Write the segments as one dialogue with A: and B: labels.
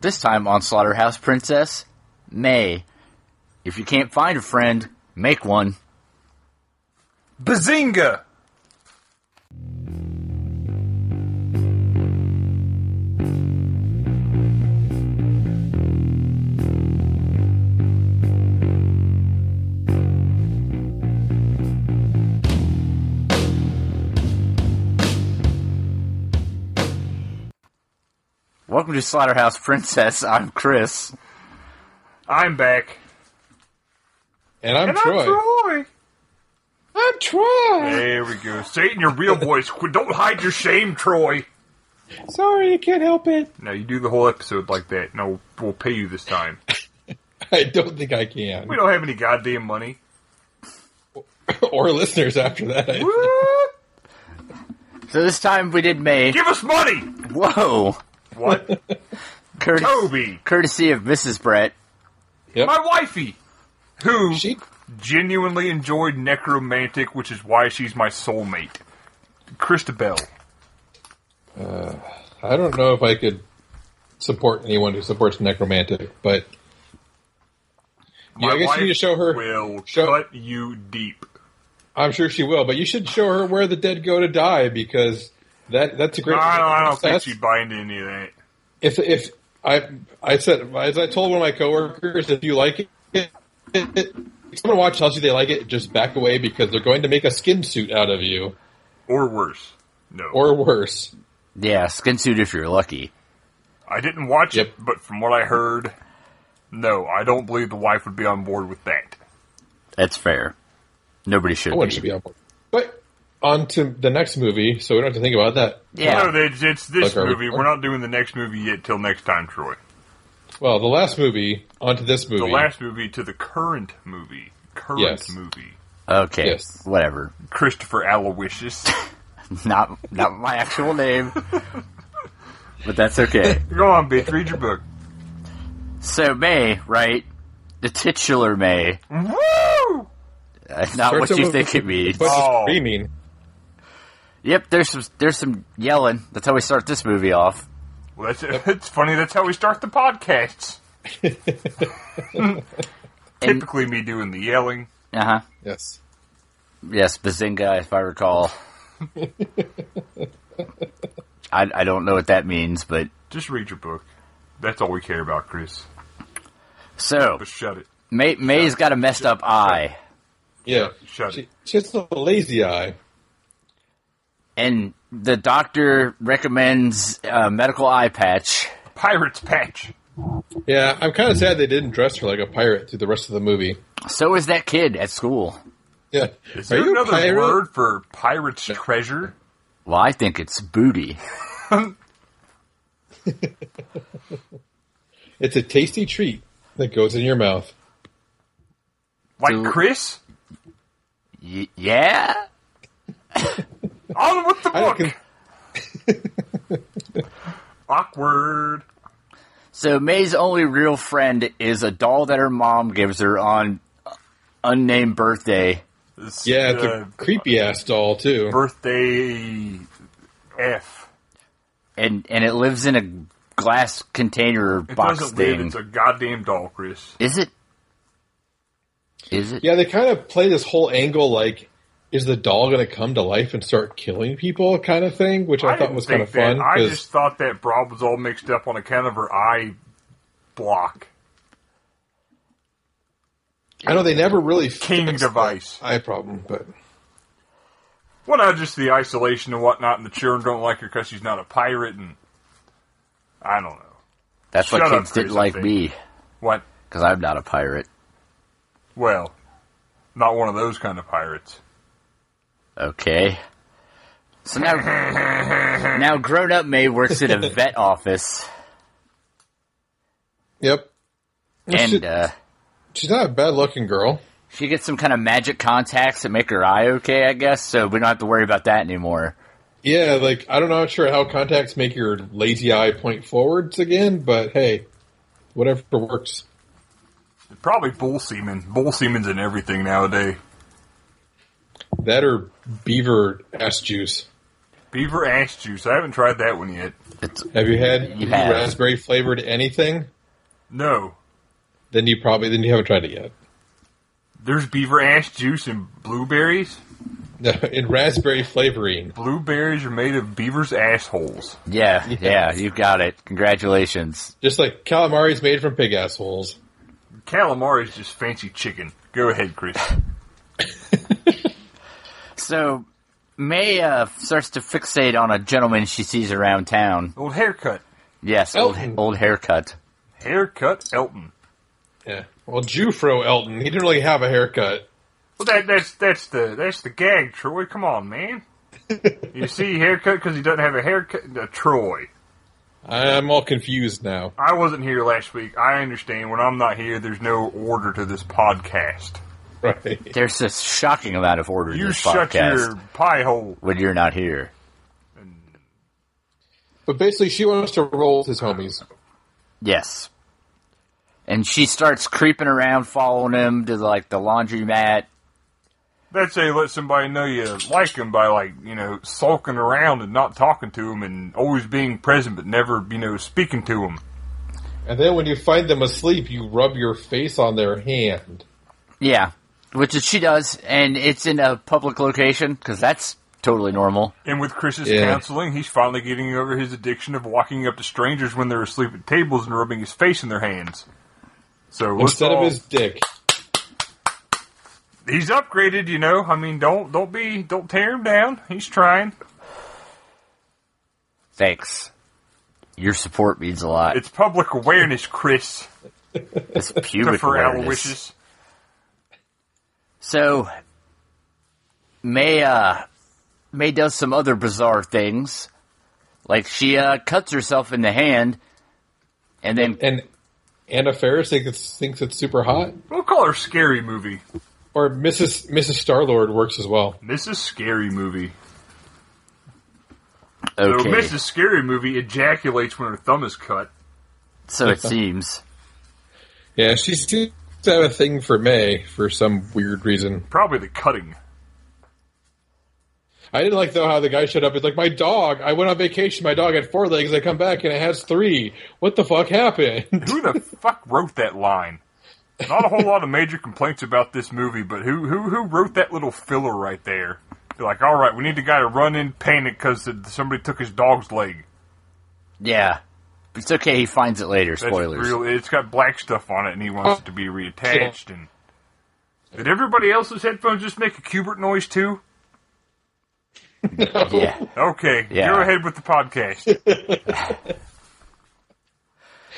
A: This time on Slaughterhouse Princess, May. If you can't find a friend, make one.
B: Bazinga!
A: Welcome to Slaughterhouse Princess. I'm Chris.
B: I'm back.
C: And I'm
B: And
C: Troy.
B: I'm Troy.
C: I'm Troy.
B: There we go. Say it in your real voice. Qu- Don't hide your shame, Troy.
C: Sorry, I can't help it.
B: No, you do the whole episode like that. No, we'll pay you this time.
C: I don't think I can.
B: We don't have any goddamn money.
C: or listeners after that. I-
B: Woo!
A: So this time we did May.
B: Give us money!
A: Whoa!
B: What?
A: Curtis,
B: Toby!
A: courtesy of Mrs. Brett.
C: Yep.
B: My wifey! Who
C: She
B: genuinely enjoyed Necromantic, which is why she's my soulmate. Christabel.
C: I don't know if I could support anyone who supports necromantic, but
B: My
C: I guess
B: wife
C: you need to show her.
B: Will
C: show-
B: cut you deep.
C: I'm sure she will, but you should show her where the dead go to die because that that's a great.
B: I don't, I don't think
C: That's-
B: she'd buy into any of that.
C: if if I I said as I told one of my coworkers, if you like it, it, it if someone watch tells you they like it, just back away because they're going to make a skin suit out of you
B: Or worse. No.
C: or worse.
A: Yeah, skin suit if you're lucky.
B: I didn't watch
C: Yep.
B: it, but from what I heard, no, I don't believe the wife would be on board with that.
A: That's fair. Nobody should
C: No one
A: be.
C: should be on board. But on to the next movie, so we don't have to think about that.
A: Yeah.
B: No, it's, it's this
C: Like, are we-
B: movie. We're not doing the next movie yet till next time, Troy.
C: Well, the last movie, on to this movie.
B: The last movie to the current movie. Current
C: Yes.
B: movie.
A: Okay.
C: Yes.
A: Whatever.
B: Christopher Aloysius.
A: Not not my actual name. but that's okay.
B: Go on, bitch, read your book.
A: So May, right? The titular May.
B: Woo!
A: Uh, not what
C: Starts
A: you
C: over
A: think it
C: with
A: means.
C: a bunch of
B: Oh.
C: screaming.
A: Yep, there's some there's some yelling. That's how we start this movie off.
B: Well, that's, it's funny. That's how we start the podcasts.
A: And-
B: Typically, me doing the yelling.
A: Uh huh.
C: Yes.
A: Yes, Bazinga, if I recall. I I don't know what that means, but
B: Just read your book. That's all we care about, Chris.
A: so
B: But shut it.
A: May May's got a messed up eye,
C: Yeah.
B: Shut
C: She,
B: it.
C: she has a lazy eye.
A: and the doctor recommends a medical eye patch.
B: Pirate's Patch.
C: Yeah, I'm
B: Hmm.
C: kind of sad they didn't dress her like a pirate through the rest of the movie.
A: So is that kid at school.
C: Yeah.
B: Is there
C: a
B: another
C: pirate?
B: word for pirate's treasure?
A: Well, I think it's booty.
C: It's a tasty treat that goes in your mouth.
B: Like
A: Do-
B: Chris?
A: Y- yeah.
B: On with the
C: I
B: book.
C: can-
B: Awkward.
A: So May's only real friend is a doll that her mom gives her on uh, unnamed birthday.
B: This,
C: Yeah, it's
B: uh,
C: a creepy ass doll too.
B: birthday F.
A: and and it lives in a glass container
B: It
A: box
B: doesn't
A: thing.
B: live. It's a goddamn doll, Chris.
A: is it? Is it?
C: Yeah, they kind of play this whole angle like, is the doll going to come to life and start killing people, kind of thing, which I, thought
B: didn't
C: was kind
B: think
C: of fun.
B: That. I
C: 'cause-
B: just thought that Broad was all mixed up on account of her eye block.
C: I know they never really
B: King
C: fixed
B: device.
C: that eye problem, but
B: Well, not just the isolation and whatnot, and the children don't like her because she's not a pirate, and I don't know
A: That's why
B: Shut up,
A: kids didn't
B: Chris, I
A: like
B: think.
A: me
B: what.
A: because I'm not a pirate.
B: Well, not one of those kind of pirates.
A: Okay. So now, now grown up May works at a vet office,
C: yep.
A: and
C: She-
A: uh,
C: she's not a bad looking girl.
A: she gets some kind of magic contacts that make her eye okay, I guess. So we don't have to worry about that anymore.
C: Yeah, like I don't know, I'm sure how contacts make your lazy eye point forwards again, but hey, whatever works.
B: Probably bull semen. Bull semen's in everything nowadays.
C: That or beaver ass juice.
B: Beaver ass juice. I haven't tried that one yet.
A: It's
C: Have you had
A: You have.
C: raspberry flavored anything?
B: No,
C: Then you probably then you haven't tried it yet.
B: there's beaver ash juice and blueberries.
C: No, in raspberry flavoring.
B: Blueberries are made of beavers' assholes.
A: yeah, yeah. You got it. Congratulations.
C: Just like calamari's made from pig assholes.
B: Calamari is just fancy chicken. Go ahead, Chris.
A: So May uh, starts to fixate on a gentleman she sees around town.
B: Old haircut,
A: Yes,
B: Oh.
A: old
C: Elton.
A: old haircut.
B: haircut Elton.
C: Yeah. Well, Jufro Elton, he didn't really have a haircut.
B: Well, that that's that's the that's the gag, Troy. Come on, man. you see haircut because he doesn't have a haircut. No, Troy,
C: I'm all confused now.
B: I wasn't here last week. I understand. When I'm not here, there's no order to this podcast.
C: Right.
A: There's a shocking amount of order in
B: You
A: this
B: shut
A: podcast
B: your pie hole.
A: when you're not here.
C: But basically, she wants to roll with his homies.
A: Yes. And she starts creeping around, following him to like the laundromat.
B: That's how you let somebody know you like them by like you know sulking around and not talking to them and always being present but never you know speaking to them.
C: And then when you find them asleep, you rub your face on their hand.
A: Yeah, which is she does, and it's in a public location because that's totally normal.
B: And with Chris's
C: Yeah.
B: counseling, he's finally getting over his addiction of walking up to strangers when they're asleep at tables and rubbing his face in their hands. So let's
C: Instead of
B: all-
C: his dick.
B: he's upgraded, you know. I mean, don't don't be don't tear him down. He's trying.
A: Thanks. Your support means a lot.
B: It's public awareness, Chris.
A: It's
B: To
A: pubic
B: for
A: awareness.
B: Aloysius.
A: So May uh, May does some other bizarre things, like she uh, cuts herself in the hand, and then
C: And Anna Faris thinks, thinks it's super hot.
B: We'll call her scary movie.
C: Or Mrs. Mrs. Starlord works as well.
B: Mrs. Scary Movie. So
A: okay,
B: Mrs. Scary Movie ejaculates when her thumb is cut.
A: so it seems.
C: Yeah, she seems to have a thing for May for some weird reason.
B: Probably the cutting.
C: I didn't like though how the guy showed up. It's like my dog. I went on vacation. My dog had four legs. I come back and it has three. What the fuck happened?
B: Who the fuck wrote that line? Not a whole lot of major complaints about this movie, but who who who wrote that little filler right there? They're like, all right, we need the guy to run in panic because somebody took his dog's leg.
A: Yeah, it's okay. He finds it later.
B: That's
A: Spoilers.
B: real- it's got black stuff on it, and he wants it to be reattached. And did everybody else's headphones just make a cubert noise too?
A: Yeah.
B: Okay,
A: Yeah.
B: go ahead with the podcast.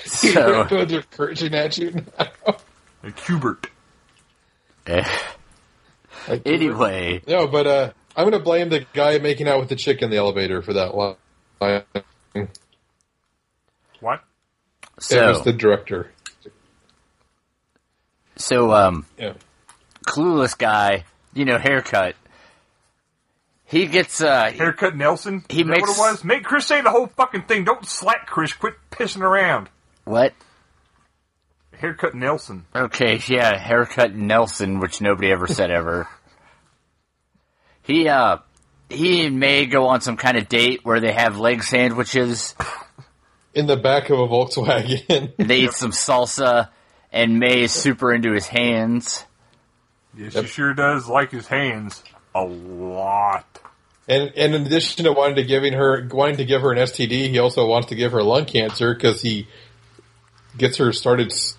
A: So.
C: They're cursing at you. now.
B: a cubert.
C: Like,
A: anyway,
C: No, but uh, I'm gonna blame the guy making out with the chick in the elevator for that line. It
B: What?
A: so
C: was the director.
A: so um,
C: Yeah.
A: clueless guy, you know, haircut. He gets uh,
B: Haircut Nelson?
A: He
B: Is that
A: makes-
B: what it was? Make Chris say the whole fucking thing. Don't slack, Chris. Quit pissing around.
A: what?
B: Haircut Nelson.
A: Okay, yeah, haircut Nelson, which nobody ever said ever. he uh, he and May go on some kind of date where they have leg sandwiches.
C: In the back of a Volkswagen.
A: They eat some salsa, and May is super into his hands.
B: Yes, he sure does like his hands a lot.
C: And, and in addition to wanting to giving her wanting to give her an STD, he also wants to give her lung cancer because he gets her started s-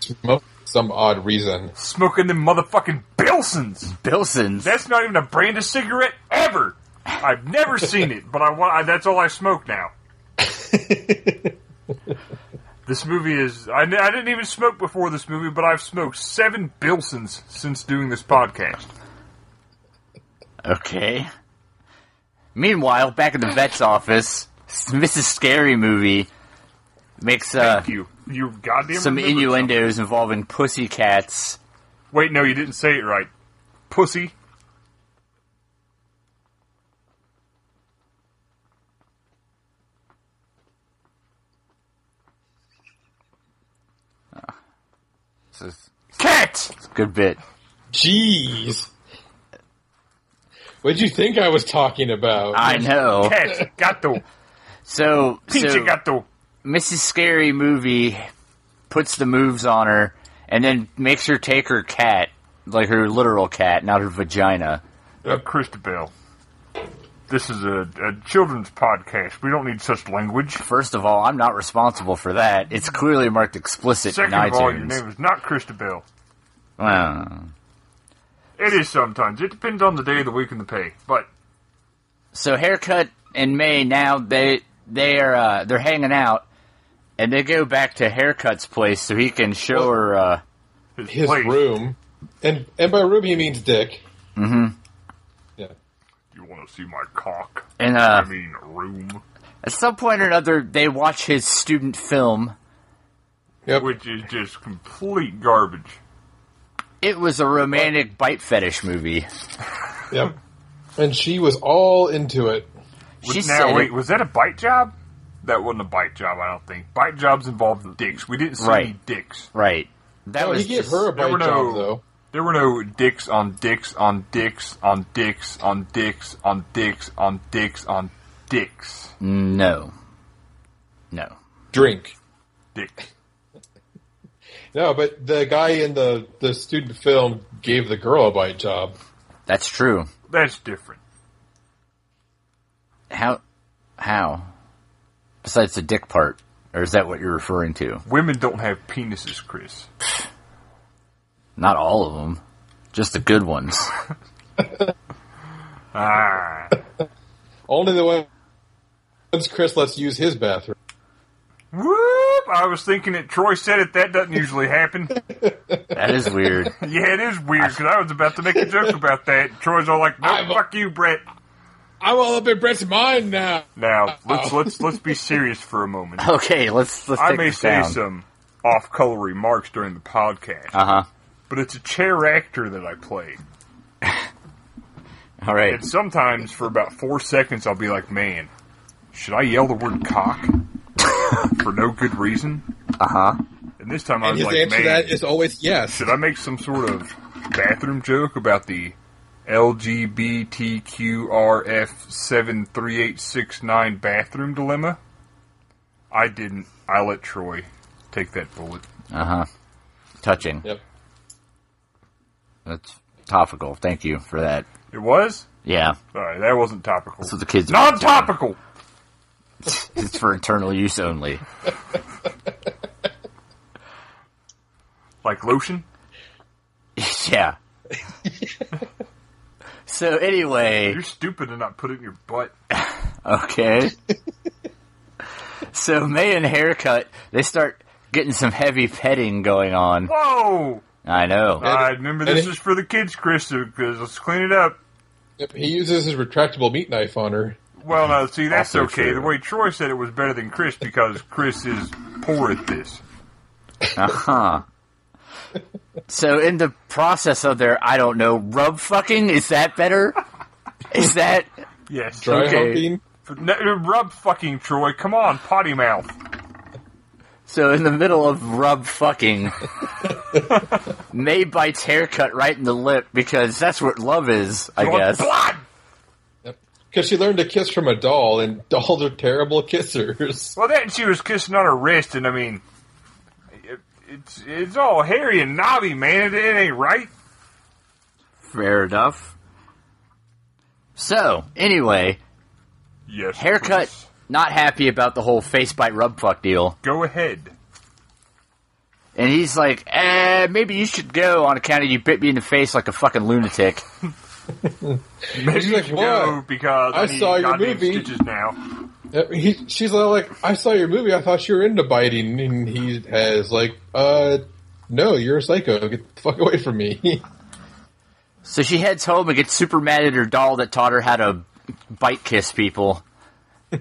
C: smoking for some odd reason.
B: Smoking them motherfucking Bilsons.
A: Bilson's.
B: That's not even a brand of cigarette ever. I've never seen it, but I want. I, that's all I smoke now. this movie is. I, I didn't even smoke before this movie, but I've smoked seven Bilsons since doing this podcast.
A: Okay. Meanwhile, back at the vet's office, Mrs. Scary Movie makes uh,
B: You, you goddamn.
A: some
B: remembered something.
A: innuendos involving pussycats.
B: Wait, no, you didn't say it right. Pussy.
A: This is
B: Cat.
A: a good bit.
C: Jeez. What'd you think I was talking about?
A: I know.
B: Cat. Gato.
A: So,
B: Pinche
A: so
B: gato.
A: Mrs. Scary Movie puts the moves on her and then makes her take her cat, like her literal cat, not her vagina.
B: Uh, Christabel. This is a, a children's podcast. We don't need such language.
A: First of all, I'm not responsible for that. It's clearly marked explicit
B: Second
A: in
B: of all, your
A: iTunes.
B: name is not Christabel.
A: Well,
B: It is sometimes. It depends on the day of the week and the pay. But
A: so haircut and May now they they are uh, they're hanging out, and they go back to haircut's place so he can show her. Uh,
B: his,
C: His
B: place,
C: room, and and by room he means dick. Mm-hmm. Yeah.
B: You want to see my cock?
A: and uh,
B: I mean, room.
A: at some point or another, they watch his student film.
C: Yep.
B: Which is just complete garbage.
A: It was a romantic bite fetish movie.
C: Yep. And she was all into it.
A: She
B: now,
A: said,
B: wait, was that a bite job? That wasn't a bite job, I don't think. Bite jobs involved dicks. We didn't see
A: Right.
B: any dicks.
A: "Right." That
C: Oh,
A: was
C: he gave
A: just-
C: her a
B: there
C: bite
B: were
C: job
B: no-
C: though.
B: There were no dicks on dicks on dicks on dicks on dicks on dicks on dicks on dicks.
A: no, no.
C: Drink.
B: Dicks.
C: No, but the guy in the the student film gave the girl a bite job.
A: That's true.
B: That's different.
A: How? How? Besides the dick part, or is that what you're referring to?
B: Women don't have penises, Chris.
A: Not all of them, just the good ones.
B: Ah.
C: Only the one. Once Chris lets use his bathroom.
B: Whoop! I was thinking that Troy said it. That doesn't usually happen.
A: That is weird.
B: Yeah, it is weird because I was about to make a joke about that. Troy's all like, "No,
C: I'm-
B: fuck you, Brett."
C: I'm all up in Brett's mind now.
B: Now let's let's let's be serious for a moment.
A: Okay, let's let's
B: I
A: take
B: may
A: this
B: say
A: down.
B: some off-color remarks during the podcast,
A: Uh huh.
B: but it's a chair actor that I play.
A: All right.
B: And sometimes for about four seconds, I'll be like, man, should I yell the word cock for no good reason? Uh
A: Uh-huh.
B: huh. And this time I
C: And
B: was
C: his
B: like,
C: answer to
B: man,
C: that is always yes.
B: should I make some sort of bathroom joke about the LGBTQRF73869 bathroom dilemma? I didn't. I let Troy take that bullet.
A: Uh huh. Touching.
C: Yep.
A: That's topical. Thank you for that.
B: It was?
A: Yeah,
B: Sorry, that wasn't topical.
A: that's what the kids.
B: Non topical!
A: It's for internal use only.
B: Like lotion?
A: yeah. so anyway,
B: You're stupid to not put it in your butt.
A: okay. so May and haircut, they start getting some heavy petting going on.
B: Whoa!
A: I know.
B: All right, remember
C: and
B: this
C: it-
B: is for the kids, Chris. Because let's clean it up.
C: Yep, He uses his retractable meat knife on her.
B: Well, no, see, that's
A: Also
B: okay.
A: true.
B: The way Troy said it was better than Chris because Chris is poor at this.
A: Uh huh. so in the process of their, I don't know, rub fucking is that better? Is that
B: Yes,
C: Dry
A: Okay.
C: humping.
B: For- no, rub fucking Troy. Come on, potty mouth.
A: so? In the middle of rub fucking, May bites haircut right in the lip because that's what love is, I
B: You want
A: guess.
B: blood.
C: Because she learned to kiss from a doll, and dolls are terrible kissers.
B: Well, that she was kissing on her wrist, and I mean, it, it's it's all hairy and knobby, man. It, it ain't right.
A: Fair enough. So anyway,
B: Yes,
A: haircut
B: Chris.
A: not happy about the whole face bite rub fuck deal,
B: Go ahead.
A: and he's like, eh, maybe you should go on account of you bit me in the face like a fucking lunatic.
B: Maybe
C: He's like,
B: you go
C: "What?
B: because I,
C: I
B: need
C: saw your
B: goddamn
C: movie."
B: stitches now.
C: Yep, Uh, he- she's all like, "I saw your movie. I thought you were into biting," and he has like, "Uh, no, you're a psycho. Get the fuck away from me."
A: So she heads home and gets super mad at her doll that taught her how to bite kiss people.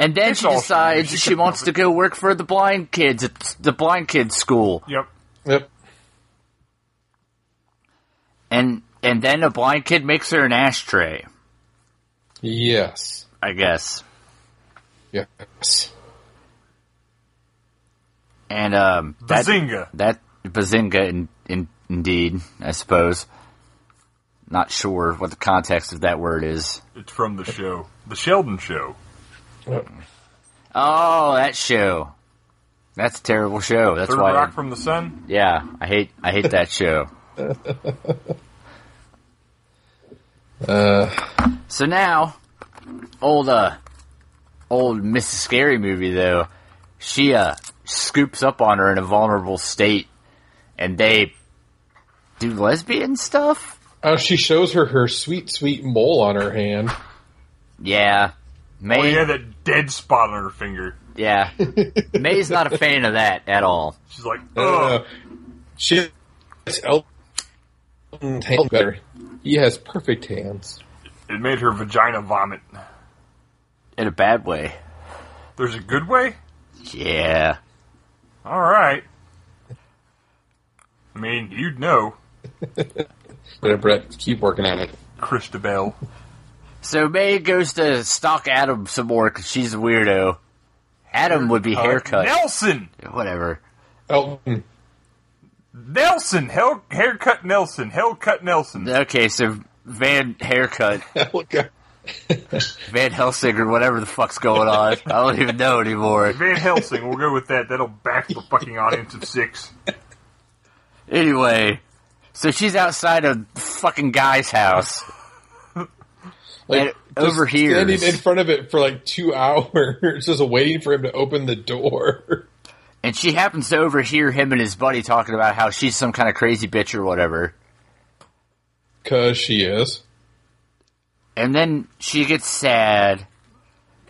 A: and then
B: It's
A: she
B: awesome.
A: decides
B: She
A: she
B: can
A: wants
B: help
A: to
B: it.
A: go work for the blind kids at the blind kids school.
B: Yep.
C: yep.
A: And and then a blind kid makes her an ashtray,
C: Yes.
A: I guess.
C: Yes.
A: And um that
B: Bazinga.
A: that bazinga in, in indeed, I suppose. Not sure what the context of that word is.
B: It's from the show, The Sheldon Show.
A: Oh, that show. That's a terrible show. That's
B: Third
A: why.
B: Rock from the Sun.
A: yeah, I hate I hate that show.
C: Uh,
A: So now, old uh, old Mrs. Scary movie though, she uh scoops up on her in a vulnerable state, and they do lesbian stuff.
C: oh, she shows her her sweet, sweet mole on her hand.
A: Yeah, May
B: Oh yeah, that dead spot on her finger.
A: yeah, May's not a fan of that at all.
B: She's like,
C: Uh,
B: oh,
C: she has Elton's hand better. He has perfect hands.
B: it made her vagina vomit.
A: In a bad way.
B: There's a good way.
A: Yeah.
B: All right. I mean, you'd know,
C: But Brett, keep working on it.
B: Christabel.
A: So May goes to stalk Adam some more because she's a weirdo. Adam would be haircut.
B: Nelson.
A: Whatever.
C: Elton,
B: Nelson. Hell, haircut Nelson. Hellcut Nelson.
A: Okay, so Van haircut,
C: Elka.
A: Van Helsing or whatever the fuck's going on. I don't even know anymore.
B: Van Helsing. We'll go with that. That'll back the fucking audience of six.
A: Anyway, so she's outside of the fucking guy's house.
C: Like,
A: And
C: just
A: overhears.
C: standing in front of it for like two hours, just waiting for him to open the door.
A: And she happens to overhear him and his buddy talking about how she's some kind of crazy bitch or whatever.
C: Cause she is.
A: And then she gets sad.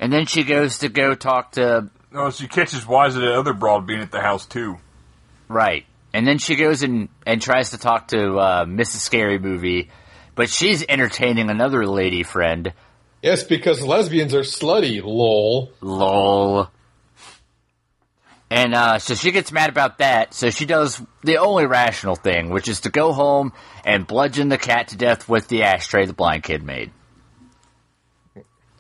A: And then she goes to go talk to
B: No, Oh, she catches wise of the other broad being at the house too.
A: Right. And then she goes and, and tries to talk to uh, Mrs. Scary Movie, but she's entertaining another lady friend.
C: Yes, because lesbians are slutty. Lol.
A: Lol. And uh, so she gets mad about that, so she does the only rational thing, which is to go home and bludgeon the cat to death with the ashtray the blind kid made.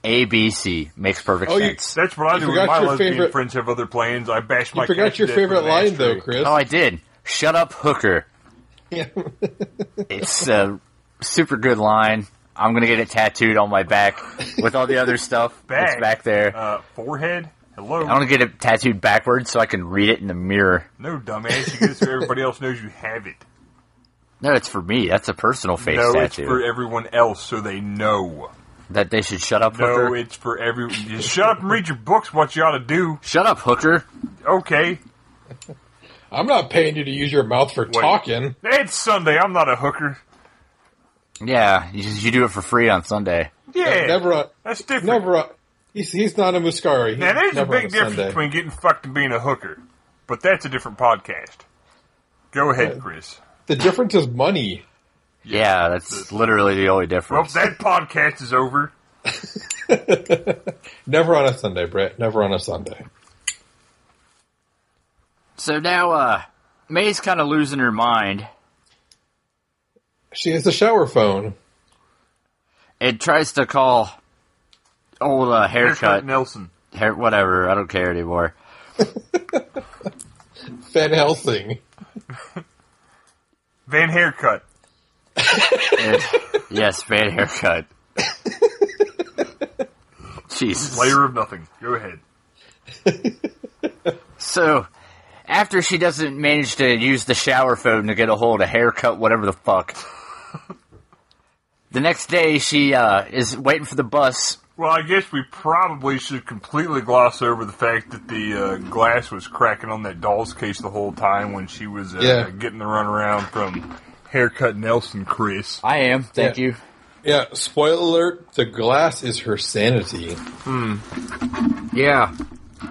A: A, B, C. Makes perfect
C: Oh, you-
A: sense.
B: That's what I
C: You
B: do when
C: forgot
B: my
C: your
B: lesbian
C: favorite-
B: friends have other plans. I bash
C: You
B: my.
C: forgot
B: cat
C: your
B: to death with
C: favorite
B: an
C: line
B: ashtray.
C: though, Chris.
A: oh, I did. Shut up, hooker.
C: Yeah.
A: It's a super good line. I'm gonna get it tattooed on my back with all the other stuff
B: Back.
A: that's back there.
B: Uh, forehead. Hello.
A: I'm gonna get it tattooed backwards so I can read it in the mirror.
B: No, dumbass. You get it so everybody else knows you have it.
A: No, it's for me. That's a personal face
B: no, it's
A: tattoo.
B: for everyone else so they know.
A: That they should shut up,
B: No,
A: hooker.
B: it's for every. You shut up and read your books. What you ought to do?
A: shut up, hooker.
B: Okay,
C: I'm not paying you to use your mouth for talking.
B: it's Sunday. I'm not a hooker.
A: Yeah, you, you do it for free on Sunday.
B: Yeah,
C: Never a,
B: that's different.
C: never a, he's, he's not a Muscari. He's
B: now, there's a
C: never on
B: big difference
C: Sunday.
B: between getting fucked and being a hooker, but that's a different podcast. Go ahead, Chris.
C: The difference is money.
A: Yeah, that's literally the only
B: Well,
A: difference.
B: that podcast is over.
C: Never on a Sunday, Brett. Never on a Sunday.
A: so now, uh, May's kind of losing her mind
C: She has a shower phone.
A: and tries to call old uh, haircut,
B: Nelson.
A: hair, whatever. I don't care anymore.
C: Van Helsing.
B: Van Haircut.
A: And- yes, bad haircut. Jesus.
B: Layer of nothing. Go ahead.
A: So, after she doesn't manage to use the shower phone to get a hold of haircut, whatever the fuck, the next day she uh, is waiting for the bus.
B: Well, I guess we probably should completely gloss over the fact that the uh, glass was cracking on that doll's case the whole time when she was uh,
C: Yeah.
B: getting the runaround from haircut Nelson Chris.
A: I am, thank
C: Yeah.
A: you.
C: Yeah, spoiler alert, the glass is her sanity.
A: Yeah,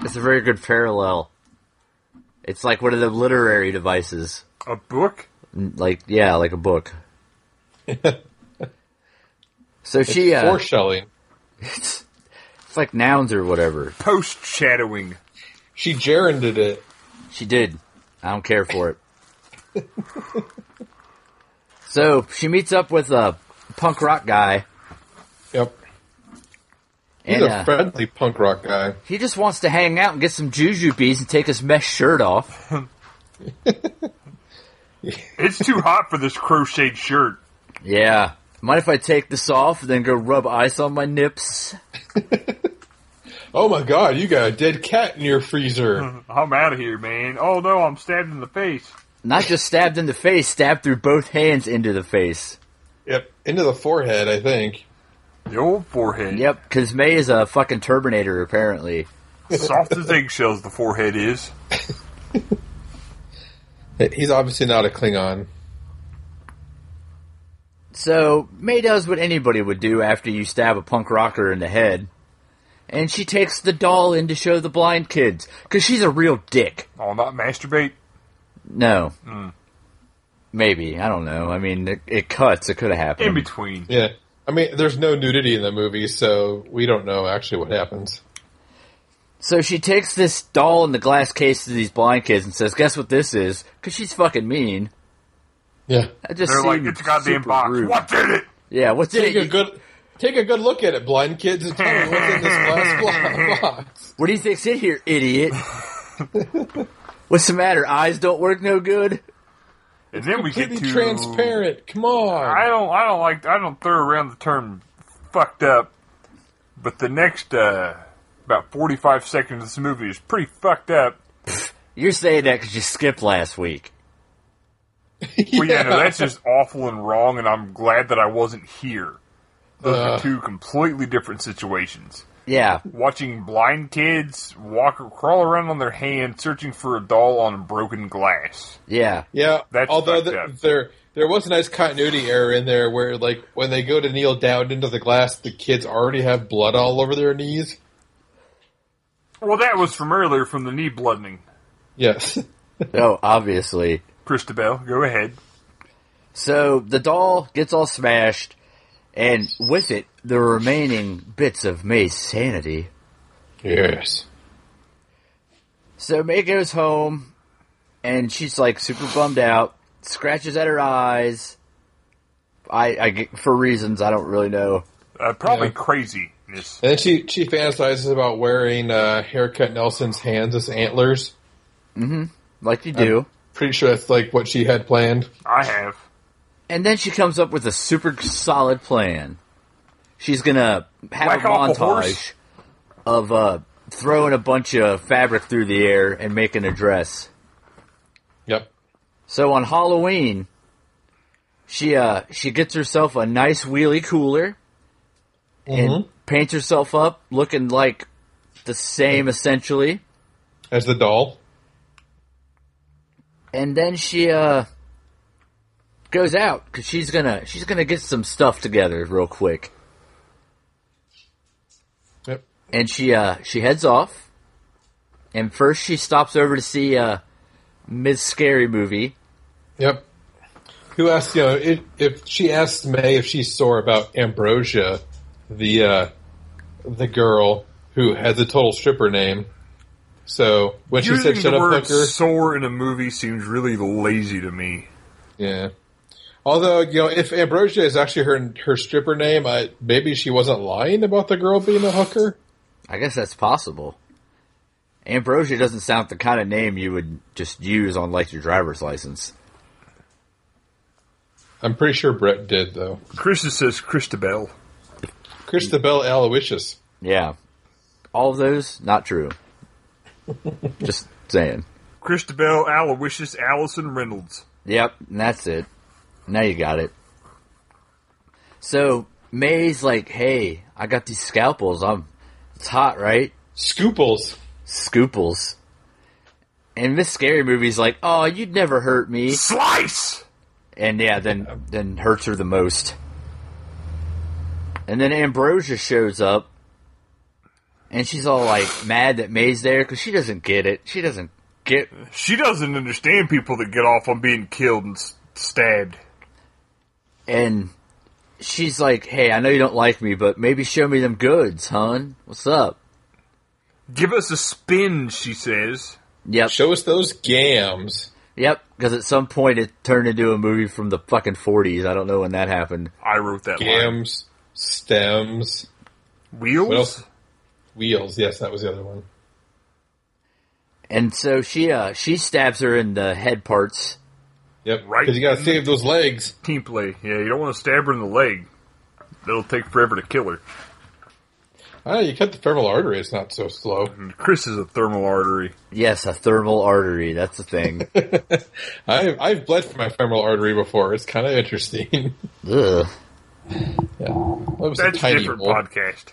A: it's a very good parallel. It's like one of the literary devices.
B: A book?
A: Like, yeah, like a book. so she, uh,
C: Foreshelling.
A: it's, it's like nouns or whatever.
B: Post shadowing.
C: She gerunded it.
A: She did. I don't care for it. so she meets up with a punk rock guy,
C: Yep. He's
A: and
C: a
A: uh,
C: friendly punk rock guy.
A: he just wants to hang out and get some juju bees and take his mesh shirt off.
B: It's too hot for this crocheted shirt.
A: Yeah. Mind if I take this off and then go rub ice on my nips?
C: "Oh my god, you got a dead cat in your freezer."
B: I'm out of here, man. Oh no, I'm stabbed in the face.
A: Not just stabbed in the face, stabbed through both hands into the face.
C: yep, into the forehead, I think.
B: The old forehead.
A: Yep, because May is a fucking Terminator, apparently.
B: Soft as eggshells the forehead is.
C: He's obviously not a Klingon.
A: So, May does what anybody would do after you stab a punk rocker in the head. And she takes the doll in to show the blind kids, because she's a real dick.
B: Oh, not masturbate.
A: No.
B: Hmm.
A: Maybe. I don't know. I mean, it, it cuts. It could have happened.
B: In between.
C: Yeah, I mean, there's no nudity in the movie, so we don't know actually what happens.
A: So she takes this doll in the glass case to these blind kids and says, "Guess what this is?" Because she's fucking mean.
C: Yeah,
A: I just
B: They're like,
A: seemed
B: it's a goddamn
A: super
B: box.
A: rude.
B: What did it?
A: Yeah, what's in
C: take a
A: it?
C: good take a good look at it, blind kids, and tell me what's in this glass box.
A: What do you think's in here, idiot? what's the matter? Eyes don't work no good.
B: And then we get
C: Completely
B: to
C: transparent. Come
B: I
C: on.
B: don't I don't like I don't throw around the term fucked up, but the next uh, about forty five seconds of this movie is pretty fucked up.
A: You're saying that because you skipped last week.
B: Well, yeah, no, that's just awful and wrong, and I'm glad that I wasn't here. Those
C: Uh.
B: are two completely different situations.
A: Yeah,
B: Watching blind kids walk or crawl around on their hands, searching for a doll on broken glass.
A: yeah,
C: Yeah,
B: That's
C: although
B: fucked
C: th-
B: up.
C: there there was a nice continuity error in there where like when they go to kneel down into the glass, the kids already have blood all over their knees.
B: Well, that was from earlier from the knee bloodening.
C: Yes,
A: Oh, obviously.
B: Christabel, go ahead.
A: So the doll gets all smashed, and with it, the remaining bits of May's sanity.
C: yes.
A: So May goes home, and she's like super bummed out. Scratches at her eyes. I, I get- for reasons I don't really know.
B: Uh, probably
C: Yeah.
B: craziness.
C: And then she she fantasizes about wearing uh, haircut Nelson's hands as antlers.
A: Like you do.
C: Pretty sure that's like what she had planned.
B: I have.
A: and then she comes up with a super solid plan. She's gonna have
B: Whack
A: a
B: off a
A: montage
B: horse?
A: of uh, throwing a bunch of fabric through the air and making a dress.
C: Yep.
A: So on Halloween, she uh she gets herself a nice wheelie cooler and paints herself up looking like the same essentially.
C: As the doll.
A: And then she uh goes out because she's gonna she's gonna get some stuff together real quick.
C: Yep.
A: And she uh she heads off. And first she stops over to see uh Ms. Scary Movie.
C: Yep. Who asked? You know, if, if she asked May if she saw about Ambrosia, the uh, the girl who has a total stripper name. So when she
B: Using
C: said "shut
B: the
C: up,
B: word
C: hooker,"
B: sore in a movie seems really lazy to me.
C: yeah. Although you know, if Ambrosia is actually her her stripper name, I, maybe she wasn't lying about the girl being a hooker.
A: I guess that's possible. Ambrosia doesn't sound the kind of name you would just use on like your driver's license.
C: I'm pretty sure Brett did though.
B: Chris says Christabel.
C: Christabel Aloysius.
A: Yeah. All of those not true. just saying.
B: Christabel Aloysius Allison Reynolds.
A: Yep, and that's it. Now you got it. So May's like, "Hey, I got these scalpels. I'm it's hot, right?
C: Scooples.
A: Scooples." And Miss Scary Movie's like, "Oh, you'd never hurt me."
B: Slice!
A: And yeah, then then hurts her the most. And then Ambrosia shows up, and she's all like mad that May's there because she doesn't get it. She doesn't get
B: She doesn't understand people that get off on being killed and s- stabbed.
A: and she's like, "Hey, I know you don't like me, but maybe show me them goods, hon. What's up?"
B: Give us a spin, she says.
A: Yep,
C: Show us those gams.
A: yep. Because at some point it turned into a movie from the fucking forties. I don't know when that happened.
B: I wrote that line.
C: Gams. Stems. What
B: Wheels?
C: else? Wheels. Yes, that was the other one.
A: And so she uh she stabs her in the head parts.
C: Yep.
B: Right.
C: Because you got to save those legs.
B: Team play. Yeah, you don't want to stab her in the leg. That'll take forever to kill her.
C: Oh, you cut the femoral artery. It's not so slow.
B: Chris is a thermal artery.
A: Yes, a thermal artery. That's the thing.
C: I, I've bled from my femoral artery before. It's kind of interesting.
A: Ugh.
C: yeah, Well, it was a
B: That's a
C: tiny
B: different
C: hole.
B: podcast.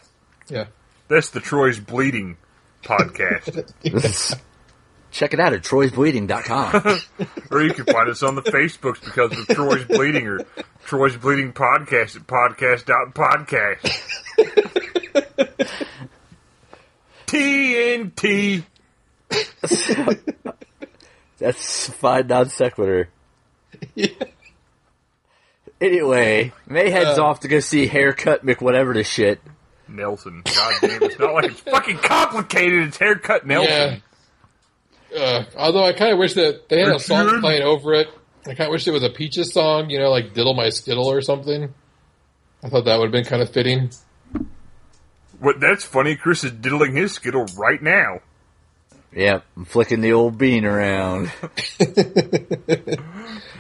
C: Yeah,
B: That's the Troy's bleeding podcast,
A: Check it out at troysbleeding.com.
B: or you can find us on the Facebooks because of Troy's bleeding or Troy's bleeding podcast at podcast.podcast. TNT.
A: That's fine non sequitur. Anyway, May heads
C: Uh.
A: off to go see Haircut McWhatever the shit.
B: Nelson. God damn, it's not like it's fucking complicated. It's haircut
C: yeah.
B: Nelson.
C: Uh, although I kind of wish that they had a
B: Richard?
C: song playing over it. I kind of wish it was a Peaches song, you know, like "Diddle My Skittle" or something. I thought that would have been kind of fitting.
B: What? That's funny. Chris is diddling his skittle right now.
A: Yep, I'm flicking the old bean around.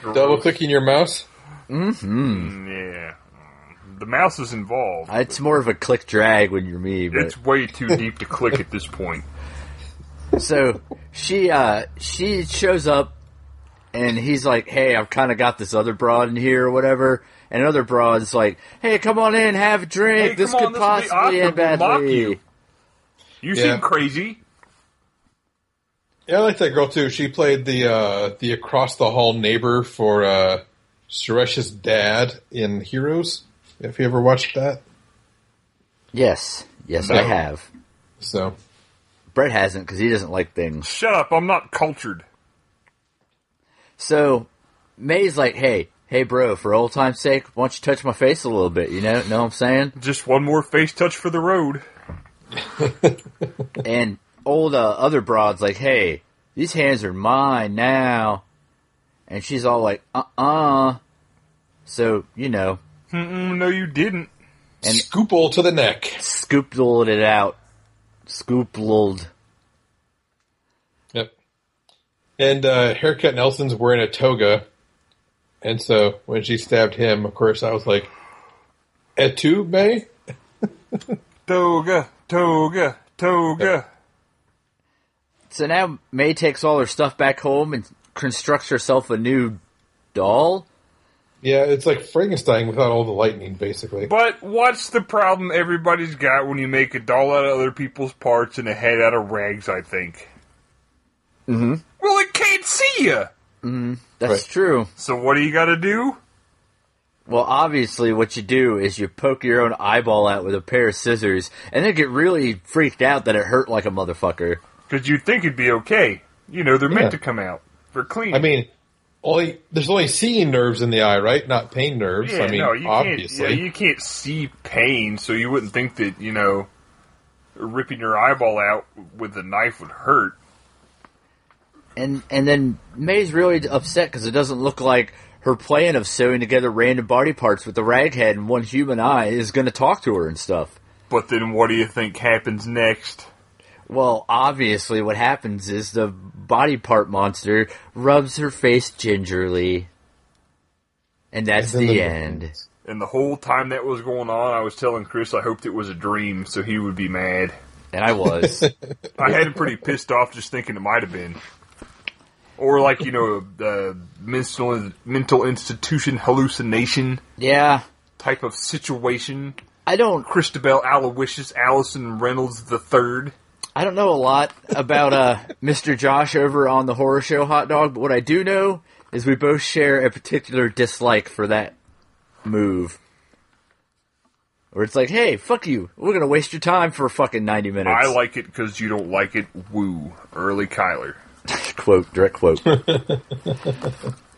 C: Double clicking your mouse.
B: Yeah. The mouse is involved.
A: It's more of a click drag when you're me, but
B: It's way too deep to click at this point.
A: so she uh she shows up and he's like, Hey, I've kinda got this other broad in here or whatever and another broad's like, Hey, come on in, have a drink.
B: Hey,
A: this
B: come
A: could
B: on, this will
A: possibly
B: be
A: end
B: awkward. We'll mock
A: badly.
B: you. You
C: Yeah.
B: seem crazy.
C: Yeah, I like that girl too. She played the uh, the across the hall neighbor for uh, Suresh's dad in Heroes. If you ever watched that,
A: Yes. Yes, I
C: No.
A: have.
C: so
A: Brett hasn't because he doesn't like things.
B: Shut up. I'm not cultured.
A: So May's like, Hey, hey bro, for old time's sake, why don't you touch my face a little bit, you know? Know what I'm saying?
B: Just one more face touch for the road.
A: and old uh, other broad's like, "Hey, these hands are mine now," and she's all like, "Uh uh So you know,
B: Mm-mm, Mm, no, you didn't.
A: And-
C: scoople to the neck.
A: scoopled it out, scoopled.
C: Yep. And uh, haircut Nelson's wearing a toga, and so when she stabbed him, of course, I was like, eh?" "Et tu, May?"
B: Toga, toga, toga.
A: So now May takes all her stuff back home and constructs herself a new doll.
C: Yeah, it's like Frankenstein without all the lightning, basically.
B: But what's the problem everybody's got when you make a doll out of other people's parts and a head out of rags, I think?
C: Mm-hmm.
A: Mhm.
B: Well, it can't see you.
A: That's
C: Right.
A: true.
B: So what do you got to do?
A: Well, obviously, what you do is you poke your own eyeball out with a pair of scissors, and then get really freaked out that it hurt like a motherfucker.
B: Because you'd think it'd be okay. You know, they're meant
C: Yeah.
B: to come out. They're clean.
C: I mean, only there's only seeing nerves in the eye, right? Not pain nerves.
B: yeah,
C: I mean,
B: no, you
C: obviously.
B: Can't, yeah, you can't see pain, so you wouldn't think that, you know, ripping your eyeball out with a knife would hurt.
A: and and then May's really upset because it doesn't look like her plan of sewing together random body parts with the rag head and one human eye is going to talk to her and stuff.
B: But then what do you think happens next?
A: Well, obviously, what happens is the body part monster rubs her face gingerly, and that's
C: And then
A: the,
C: the-
A: end.
B: And the whole time that was going on, I was telling Chris I hoped it was a dream, so he would be mad.
A: And I was.
B: I had him pretty pissed off just thinking it might have been. Or like, you know, a, a mental, mental institution hallucination
A: yeah,
B: type of situation.
A: I don't.
B: Christabel Aloysius Allison Reynolds the third.
A: I don't know a lot about uh, Mr. Josh over on the horror show Hot Dog, but what I do know is we both share a particular dislike for that move. Where it's like, hey, fuck you. We're going to waste your time for fucking 90 minutes.
B: I like it because you don't like it. Woo. Early Kyler.
A: Quote, direct quote.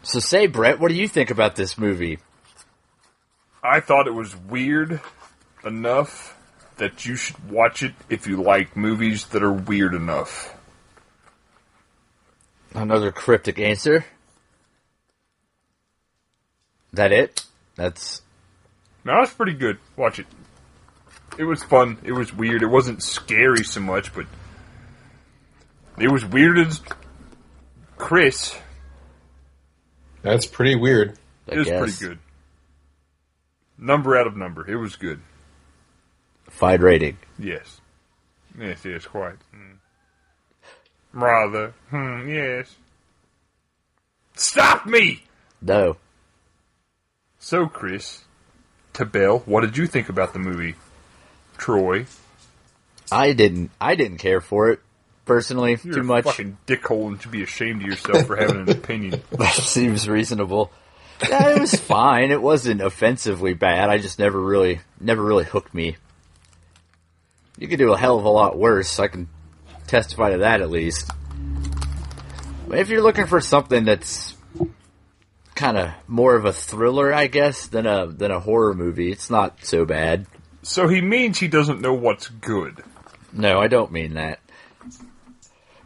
A: so say, Brett, what do you think about this movie?
B: I thought it was weird enough that you should watch it if you like movies that are weird enough.
A: Another cryptic answer. That it? That's.
B: No, it's pretty good. Watch it. It was fun. It was weird. It wasn't scary so much, but it was weird as Chris.
C: That's pretty weird.
A: I
B: It was
A: guess.
B: pretty good. Number out of number. It was good.
A: Fine rating.
B: Yes. Yes, yes, quite. Mm. Rather. Hmm, yes. Stop me!
A: No.
B: So, Chris, Tabel, what did you think about the movie? Troy,
A: I didn't. I didn't care for it personally
B: you're
A: too
B: a
A: much.
B: fucking dickhole and should be ashamed of yourself for having an opinion.
A: That seems reasonable. Yeah, it was fine. It wasn't offensively bad. I just never really, never really hooked me. You could do a hell of a lot worse. I can testify to that at least. But if you're looking for something that's kind of more of a thriller, I guess, than a than a horror movie, it's not so bad.
B: So he means he doesn't know what's good.
A: No, I don't mean that.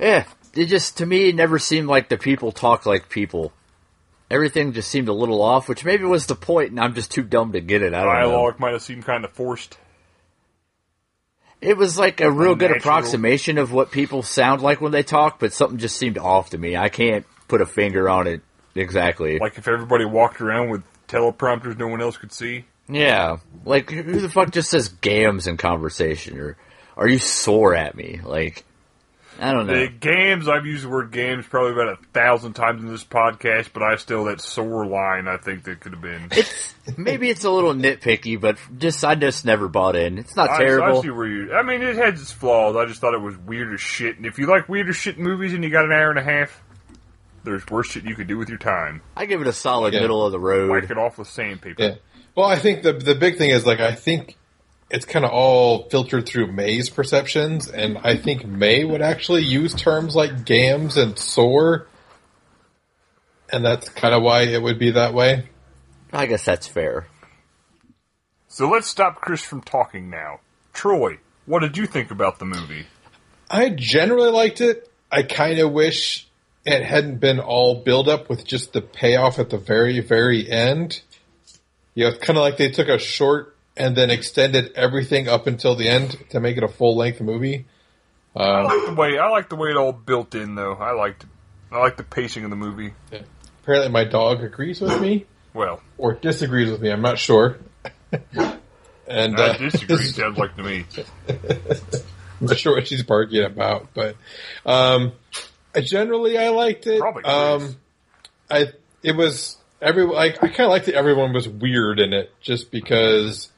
A: Yeah, it just to me it never seemed like the people talk like people. Everything just seemed a little off, which maybe was the point, and I'm just too dumb to get it. I don't know.
B: Dialogue might have seemed kind of forced.
A: It was like a real good
B: Unnatural.
A: approximation of what people sound like when they talk, but something just seemed off to me. I can't put a finger on it exactly.
B: Like if everybody walked around with teleprompters no one else could see.
A: yeah, like who the fuck just says "gams" in conversation, or are you sore at me? Like, I don't know.
B: The games, I've used the word games probably about a thousand times in this podcast, but I still, that sore line, I think that could have been.
A: it's maybe it's a little nitpicky, but just I just never bought in. It's not
B: I- I,
A: terrible.
B: see where you. I mean, it has its flaws. I just thought it was weird as shit. And if you like weird as shit movies and you got an hour and a half, there's worse shit you could do with your time.
A: I give it a solid
C: Yeah.
A: middle of the road.
B: Wipe it off with sandpaper.
C: Yeah. Well, I think the the big thing is like I think it's kind of all filtered through May's perceptions, and I think May would actually use terms like gams and sore, and that's kind of why it would be that way.
A: I guess that's fair.
B: So let's stop Chris from talking now. Troy, what did you think about the movie?
C: I generally liked it. I kind of wish it hadn't been all build up with just the payoff at the very, very end. You know, it's kind of like they took a short and then extended everything up until the end to make it a full length movie.
B: I like the way I like the way it all built in though. I liked I like the pacing of the movie.
C: Apparently, my dog agrees with me
B: Well,
C: or disagrees with me. I'm not sure. and
B: I
C: uh,
B: disagree. sounds like to me.
C: I'm not sure what she's barking about, but um, I generally I liked it.
B: Probably Chris.
C: Um, I it was every like I kind of liked that everyone was weird in it, just because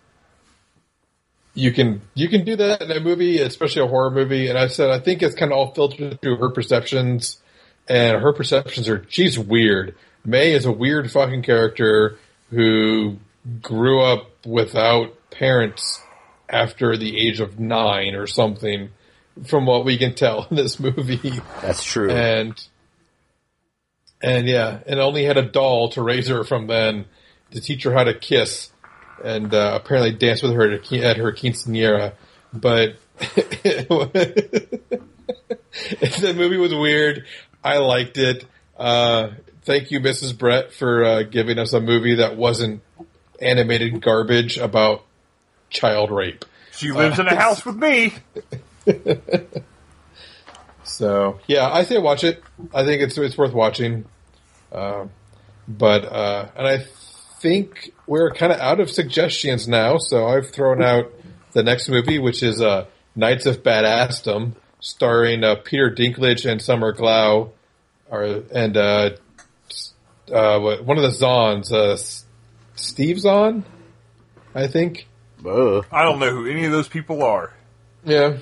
C: you can you can do that in a movie, especially a horror movie. And I said I think it's kind of all filtered through her perceptions, and her perceptions are she's weird. May is a weird fucking character who grew up without parents after the age of nine or something, from what we can tell in this movie
A: That's true.
C: and and yeah, and only had a doll to raise her from then to teach her how to kiss and uh, apparently dance with her at, at her quinceanera. But the movie was weird. I liked it. Uh, thank you, Mrs. Brett, for uh, giving us a movie that wasn't animated garbage about child rape.
B: She lives in a house with me.
C: So yeah, I say watch it. I think it's it's worth watching. Um, but uh, and I think we're kind of out of suggestions now, so I've thrown out the next movie, which is uh, Knights of Badassdom, starring uh, Peter Dinklage and Summer Glau, or and uh, s- uh, what- one of the Zons, uh, S- Steve Zahn, I think.
A: Whoa.
B: I don't know who any of those people are.
C: Yeah.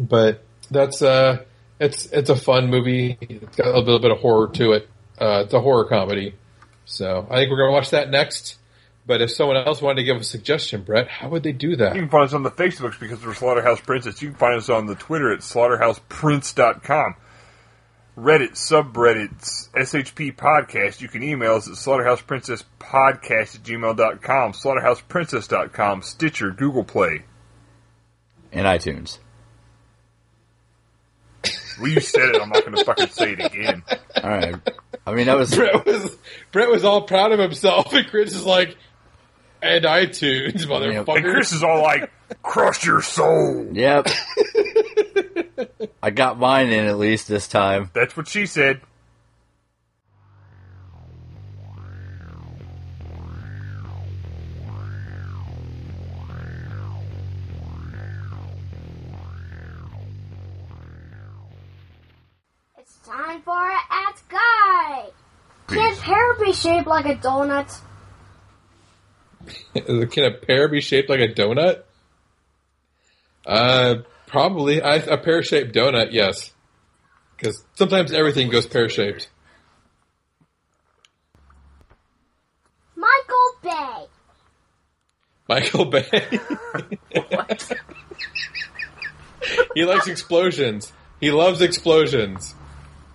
C: But that's uh it's it's a fun movie. It's got a little bit of horror to it. Uh, it's a horror comedy. So I think we're gonna watch that next. But if someone else wanted to give a suggestion, Brett, how would they do
B: You
C: that?
B: can find us on the Facebooks because we're Slaughterhouse Princess. You can find us on the Twitter at slaughterhouseprince.com. Reddit, subreddits, SHP podcast. You can email us at slaughterhouseprincesspodcast at gmail.com, slaughterhouseprincess.com, Stitcher, Google Play.
A: And iTunes.
B: Well, you said it. I'm not going to fucking say it again.
A: All right. I mean, that was
C: Brett was Brett was all proud of himself, and Chris is like, and iTunes,
B: And Chris
C: motherfucker.
B: is all like, crush your soul.
A: yep. I got mine in at least this time.
B: That's what she said.
D: It's time for an at guy. Can pear be shaped like a donut?
C: Can a pear be shaped like a donut? Uh, probably. I, a pear shaped donut, yes. Because sometimes everything goes pear shaped.
D: Michael Bay.
C: Michael Bay. he likes explosions. He loves explosions.